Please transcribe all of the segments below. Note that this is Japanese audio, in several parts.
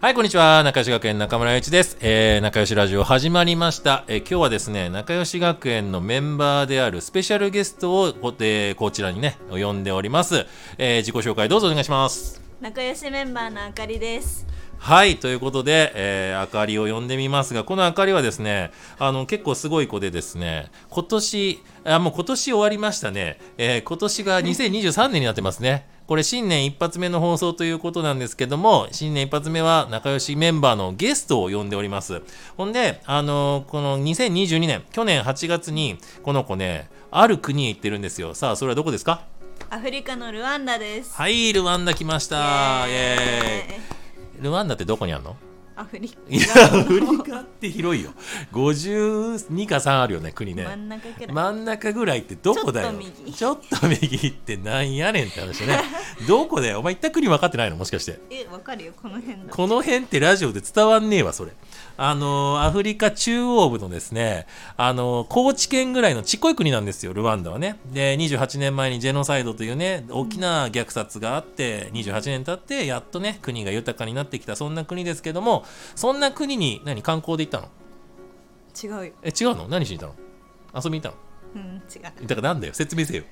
はい、こんにちは。仲良し学園中村祐一です。えー、仲良しラジオ始まりました。えー、今日はですね、仲良し学園のメンバーであるスペシャルゲストをこ、えーこちらにね、呼んでおります。えー、自己紹介どうぞお願いします。仲良しメンバーのあかりです。はい、ということで、えー、あかりを呼んでみますが、このあかりはですね、あの、結構すごい子でですね、今年、あ、もう今年終わりましたね。えー、今年が2023年になってますね。これ新年一発目の放送ということなんですけども、新年一発目は仲良しメンバーのゲストを呼んでおります。ほんで、あのこの2022年、去年8月に、この子ね、ある国へ行ってるんですよ。さあ、それはどこですかアフリカのルワンダです。はい、ルワンダ来ました。イエーイイ。ルワンダってどこにあるのアフリカ。いや、アフリカって広いよ。52か3あるよね、国ね。 真ん中くらい。真ん中ぐらいってどこだよちょっと右ちょっと右ってなんやねんって話ねどこだよお前行った国分かってないのもしかしてえ、わかるよ、この辺だ。この辺ってラジオで伝わんねえわそれあのーアフリカ中央部のですねあのー高知県ぐらいのちっこい国なんですよルワンダはねで28年前にジェノサイドというね大きな虐殺があって28年経ってやっとね国が豊かになってきたそんな国ですけどもそんな国に何観光で行ったの違うよ。え違うの何しに行ったの遊びに行っうん、違う。たのだからなんだよ説明せよ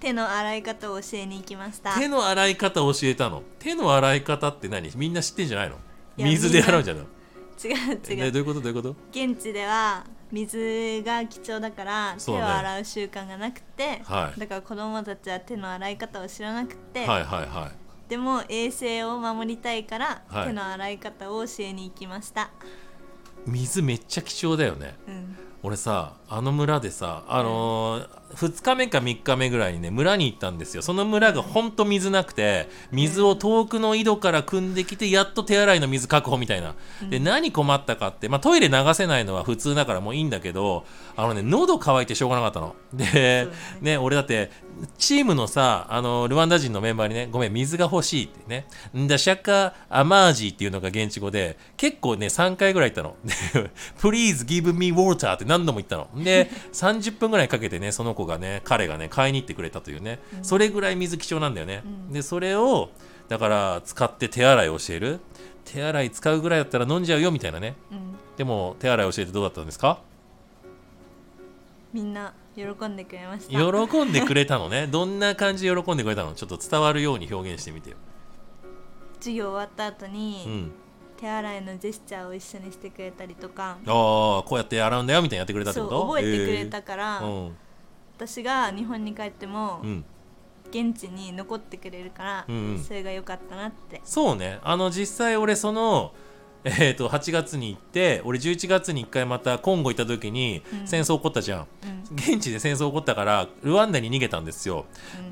手の洗い方を教えに行きました。手の洗い方教えたの手の洗い方って何みんな知ってんじゃないのいや水で洗うじゃないの違う違ねう。どういうことどういうこと現地では水が貴重だから手そうをだね洗う習慣がなくて、はいだから子供たちは手の洗い方を知らなくて、はいはいはでも衛生を守りたいから、はい手の洗い方を教えに行きました。い水めっちゃ貴重だよねうん。俺さあの村でさあのー、2日目か3日目ぐらいにね村に行ったんですよその村がほんと水なくて水を遠くの井戸から汲んできてやっと手洗いの水確保みたいなで何困ったかって、まあ、トイレ流せないのは普通だからもういいんだけどあのね喉乾いてしょうがなかったのでそうだねね、俺だってチームのさあのルワンダ人のメンバーにねごめん水が欲しいってねんだシャカアマージーっていうのが現地語で結構ね3回ぐらい言ったので Please give me water って何度も言ったので30分ぐらいかけてねその子がね彼がね買いに行ってくれたというねそれぐらい水貴重なんだよね、でそれをだから使って手洗いを教える手洗い使うぐらいだったら飲んじゃうよみたいなねうん。でも手洗い教えてどうだったんですかみんな喜んでくれました。喜んでくれたのねどんな感じで喜んでくれたのちょっと伝わるように表現してみてよ、授業終わった後に、うん、手洗いのジェスチャーを一緒にしてくれたりとかああこうやって洗うんだよみたいにやってくれたってそこうと覚えてくれたへから、ーうん私が日本に帰っても、うん現地に残ってくれるから、うんうんそれが良かったなってそうねあの実際俺そのえー、と8月に行って俺11月に1回またコンゴ行った時にうん戦争起こったじゃん、うん現地で戦争起こったからルワンダに逃げたんですよ、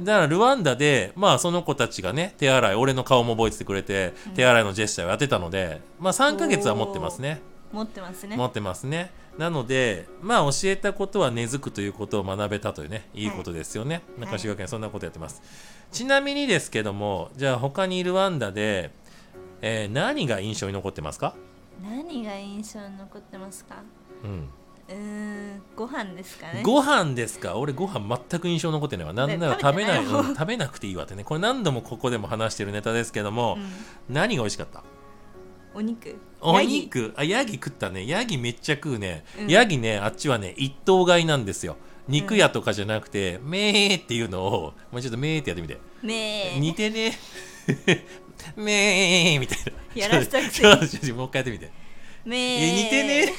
だからルワンダでまあその子たちがね手洗い俺の顔も覚えててくれて、手洗いのジェスチャーをやってたのでまあ3ヶ月は持ってますね持ってますね持ってますねなのでまあ教えたことは根付くということを学べたというねいいことですよね、い中島県そんなことやってます、ちなみにですけどもじゃあ他にルワンダで、えー何が印象に残ってますか何が印象に残ってますかうん、うーんご飯ですかねご飯ですか俺ご飯全く印象に残ってないわなんならね食食べべなてないいうんもん食べなくていいわってねこれ何度もここでも話してるネタですけどもう、ん何が美味しかったお肉おヤギ肉あヤギ食ったねヤギめっちゃ食うね、うんヤギねあっちはね一頭買いなんですよ肉屋とかじゃなくて、めーっていうのをもうちょっとめーってやってみて、ねえ似てね めーみたいなやらしたくせにちょっとちょっともう一回やってみて、ねええ似て ね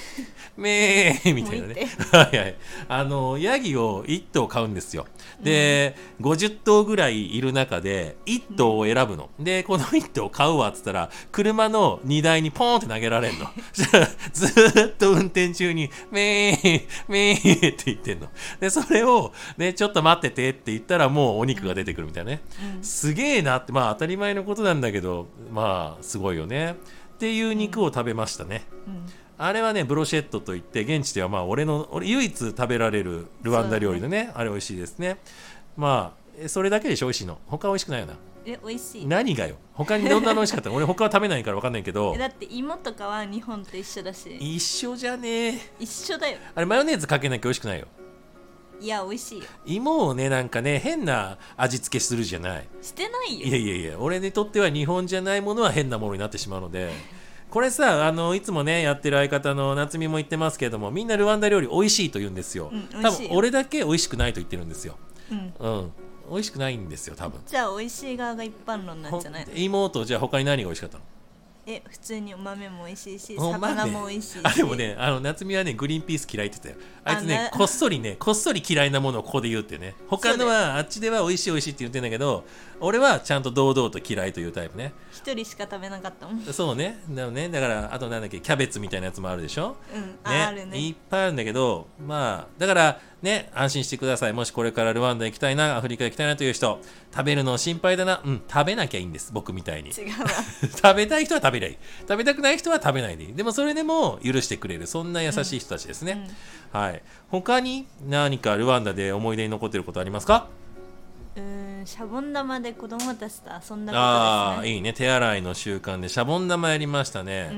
めーみたいなねはいはいあのヤギを一頭買うんですよで、50頭ぐらいいる中で一頭を選ぶの、でこの一頭買うわっつったら車の荷台にポーンって投げられんの そしたらずーっと運転中に「めーめー」って言ってんのでそれを、ね「ちょっと待ってて」って言ったらもうお肉が出てくるみたいなね、うんすげえなってまあ当たり前のことなんだけどまあすごいよねっていう肉を食べましたね、うんあれはねブロシェットといって現地ではまあ俺の俺唯一食べられるルワンダ料理のねあれ美味しいですねまあえそれだけでしょ美味しいの他美味しくないよなえ美味しい何がよ他にどんなの美味しかったの俺他は食べないから分かんないけどえだって芋とかは日本と一緒だし一緒じゃねえ一緒だよあれマヨネーズかけなきゃ美味しくないよいや美味しいよ芋をねなんかね変な味付けするじゃないしてないよいやいやいや俺にとっては日本じゃないものは変なものになってしまうのでこれさあのいつもねやってる相方の夏美も言ってますけれどもみんなルワンダ料理美味しいと言うんですよ、うん美多味しい分俺だけ美味しくないと言ってるんですようんうん美味しくないんですよ多分じゃあ美味しい側が一般論なんじゃないの妹じゃあ他に何が美味しかったのえ普通にお豆も美味しいしお前ね魚も美味しいしあでもねあの夏美はねグリーンピース嫌いって言ってたよあいつねあなこっそりねこっそり嫌いなものをここで言うってね他のはあっちでは美味しい美味しいって言ってんだけど俺はちゃんと堂々と嫌いというタイプね一人しか食べなかったもんうんそうねだからねだからあとなんだっけキャベツみたいなやつもあるでしょね、ああるいっねぱいあるんだけどまあだからね安心してくださいもしこれからルワンダ行きたいなアフリカ行きたいなという人食べるの心配だなうん食べなきゃいいんです僕みたいに違うわ 食べたい人は食べりゃいい食べたくない人は食べないでいいでもそれでも許してくれるそんな優しい人たちですね、はい他に何かルワンダで思い出に残ってることありますかうーんシャボン玉で子供たちと遊んだあことあですねいいね手洗いの習慣でシャボン玉やりましたね、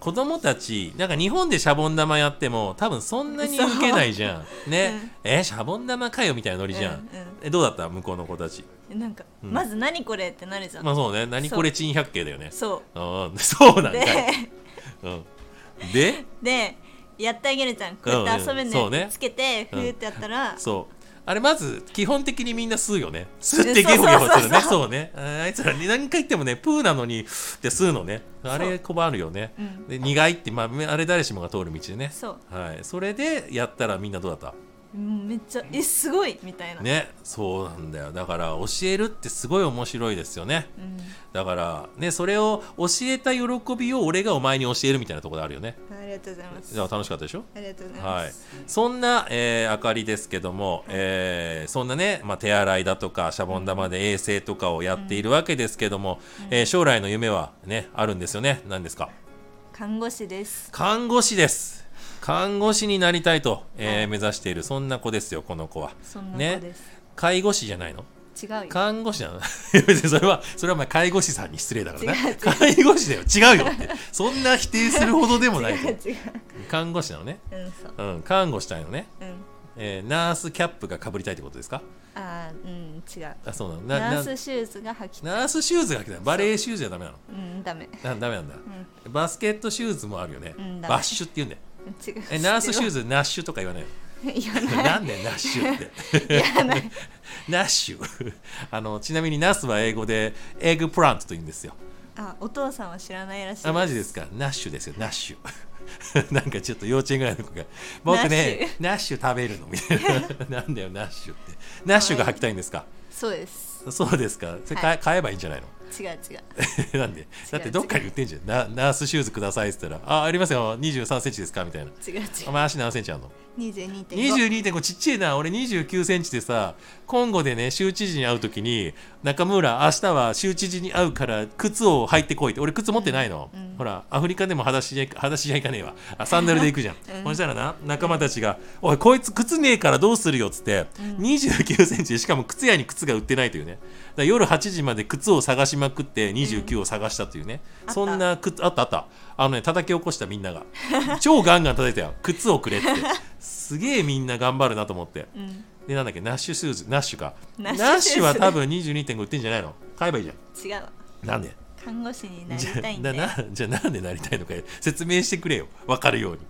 子供たちなんか日本でシャボン玉やっても多分そんなに受けないじゃんね、えシャボン玉かよみたいなノリじゃん、うんうんえどうだった向こうの子たちうんなんか、うんまず何これってなるじゃん、まあそうね何これ珍百景だよねそうんそうなうんでだよ、うん、ででやってあげるじゃんこうやって遊べうんんうんそうのねよつけてふーってやったら、そうあれまず基本的にみんな吸うよね吸うってゲホゲホするねそうそうそうそうねああいつらね何回言ってもねプーなのにって吸うのねあれ困るよね、うんで苦いって、まあ、あれ誰しもが通る道でねそうはい、それでやったらみんなどうだったもうめっちゃえすごいみたいな、ねそうなんだよだから教えるってすごい面白いですよねうんだからねそれを教えた喜びを俺がお前に教えるみたいなところあるよねありがとうございますじゃあ楽しかったでしょありがとうございまはいす、、そんな、えー、あかりですけども、えーそんなね、まあ、手洗いだとかシャボン玉で衛生とかをやっているわけですけども、えー将来の夢はねあるんですよね何ですか看護師です看護師です看護師になりたいと、えーはい目指しているそんな子ですよこの子はそんなね子です、介護士じゃないの違うよ看護師なの いや別にそれはそれはお前介護士さんに失礼だから違う違ねう介護士だよ違うよってそんな否定するほどでもない違うと 違う看護師なのねうんそううん看護したいのねうんえーナースキャップがかぶりたいってことですかあーうん違うあそうなのなナーなスシューズが履きナースシューズが来たバレエシューズじゃダメなのうんダメなダメなんだ、バスケットシューズもあるよね、うんダメバッシュって言うんだよ違うえナースシューズズナッシュとか言わないの 言わないなんでナッシュって言わないナッシュ あのちなみにナスは英語でエッグプラントと言うんですよあお父さんは知らないらしいあマジですかナッシュですよナッシュ なんかちょっと幼稚園ぐらいの子が僕ねナッシュ食べるのみたいな なんだよナッシュってナッシュが履きたいんですかそうですそうですかそれは買え買えばいいんじゃないの 違う違うなんでだってどっかに売ってんじゃんなナースシューズくださいって言ったら「あありますよ2 3センチですか?」みたいな「違う違うお前足何センチあんの?」 22.5 22.5ちっちゃいな俺2 9センチでさ今後でね州知事に会う時に中村明日は州知事に会うから靴を履いてこいって俺靴持ってないの、ほらアフリカでも裸足じゃ裸足じゃいかねえわあサンダルで行くじゃん、そしたらな仲間たちが「おいこいつ靴ねえからどうするよ」っつって、2 9センチでしかも靴屋に靴が売ってないというねだから夜8時まで靴を探しまくって29を探したというね、うんそんな靴あったあったあのね叩き起こしたみんなが超ガンガン叩いたよ靴をくれってすげえみんな頑張るなと思ってうんでなんだっけナッシュスーズナッシュかナナッッシシュュは多分22.5売ってんじゃないの買えばいいじゃん違うわなんで看護師になりじゃたいんなでなじゃあなんでなりたいのか説明してくれよ分かるように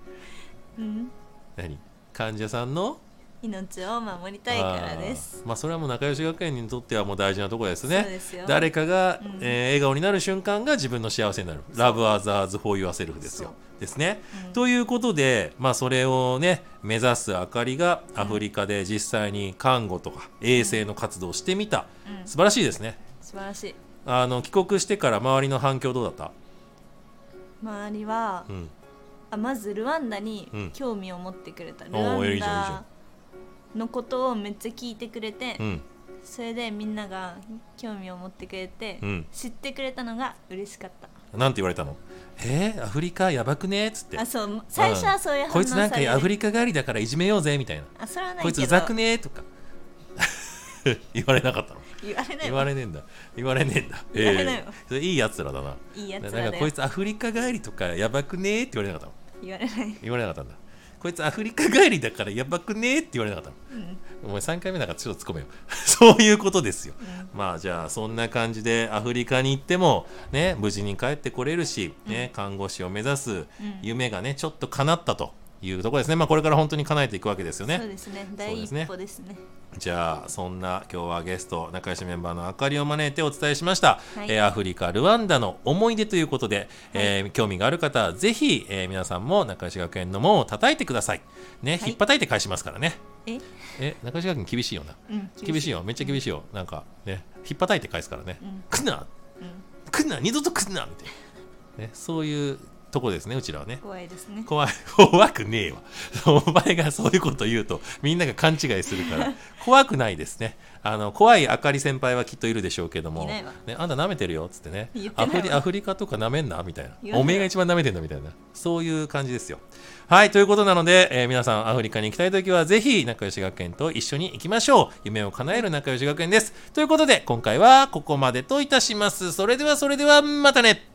うん何患者さんの命を守りたいからですあーまあそれはもう仲良し学園にとってはもう大事なところですねそうですよ誰かが、うんえー笑顔になる瞬間が自分の幸せになる Love others for yourself ですよそですね、うんということでまあそれをね目指すあかりがアフリカで実際に看護とか衛生の活動をしてみた、うん素晴らしいですね素晴らしいあの帰国してから周りの反響どうだった、周りはうん、あまずルワンダうんに興味を持ってくれた、ルおーワいいじゃんいンいじゃダのことをめっちゃ聞いてくれて、うんそれでみんなが興味を持ってくれて、うん知ってくれたのが嬉しかったなんて言われたのえー、アフリカやばくねっつってあそう最初はそういう反こ応いつなんされかるアフリカ帰りだからいじめようぜみたいなあそれはないけどこいつうざくねーとか 言われなかったの言われない言わわれねえんだ言われねえんだ 言われないわええそれいいやつらだないいやつらなだんよかこいつアフリカ帰りとかやばくねーって言われなかったの言われない言われなかったんだこいつアフリカ帰りだからやばくねえって言われなかったうんお前3回目だからちょっと突っ込めよ そういうことですよまあじゃあそんな感じでアフリカに行ってもね無事に帰ってこれるし、ね看護師を目指す夢がねちょっと叶ったというところですねまあこれから本当に叶えていくわけですよそうねですね第一歩ですねじゃあそんな今日はゲスト仲良しメンバーのあかりを招いてお伝えしました、はいえーアフリカルワンダの思い出ということで、えー興味がある方はぜひ、えー皆さんも仲良し学園の門を叩いてくださいね、はいひっぱたいて返しますからねええ仲良し学園厳しいよなうん厳しいよめっちゃ厳しいよなんかねひっぱたいて返すからね、うん来んなうん来んな二度と来んなみたいな、ね、そういうとこですねうちらはね怖いですね怖い怖くねえわお前がそういうこと言うとみんなが勘違いするから怖くないですねあの怖いあかり先輩はきっといるでしょうけどもいないわね、あんた舐めてるよっつってね言っアてないわフリアフリカとか舐めんなみたい言なわないおめえが一番舐めてんだみたいなそういう感じですよはいということなので、えー皆さんアフリカに行きたい時はぜひ仲良し学園と一緒に行きましょう夢を叶える仲良し学園ですということで今回はここまでといたしますそれではそれではまたね